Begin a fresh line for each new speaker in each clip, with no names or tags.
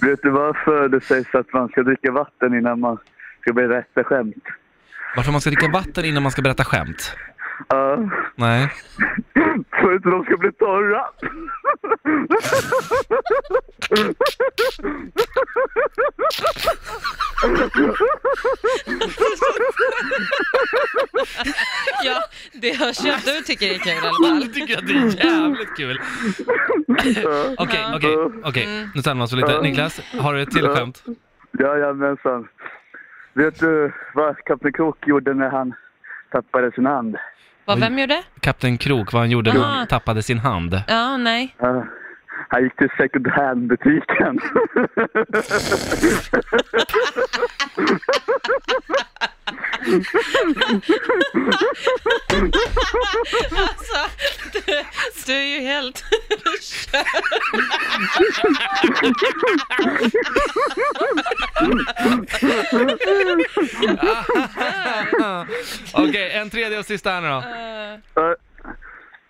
Vet du varför det sägs att man ska dricka vatten innan man ska berätta skämt?
Varför man ska dricka vatten innan man ska berätta skämt?
Ja,
Nej.
för att de ska bli torra.
Ja, det hörs ju att du tycker det är kul i alla fall.
Jag tycker att det är jävligt kul.
Ja.
Okej, okej, okej. Nu tömmer man så lite. Niklas, har du ett till skämt?
Jajamensan. Vet du vad Kapten Krok gjorde när han tappade sin hand?
Vad, vem gjorde?
Kapten Krok, vad han gjorde när han
Ah.
tappade sin hand.
Ja, nej.
Ja, han gick till second hand-butiken.
Alltså, du, du är ju helt körd.
Okej, en tredje och sista här nu då.
Ja,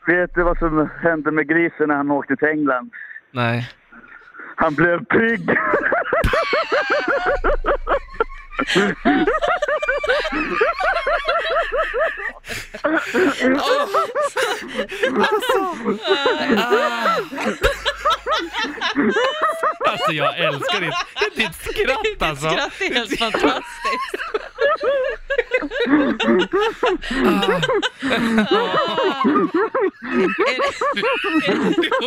vet du vad som hände med grisen när han åkte till England?
Nej.
Han blev pigg.
Alltså jag älskar ditt, ditt skratt alltså.
Skratt är helt fantastiskt. Är det-